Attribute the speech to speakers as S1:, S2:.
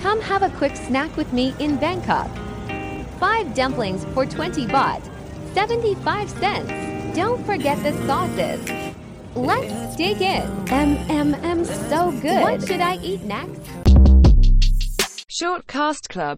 S1: Come have a quick snack with me in Bangkok. 5 dumplings for 20 baht, 75 cents. Don't forget the sauces. Let's dig in. MMM so good. What should I eat next?
S2: Short Cast Club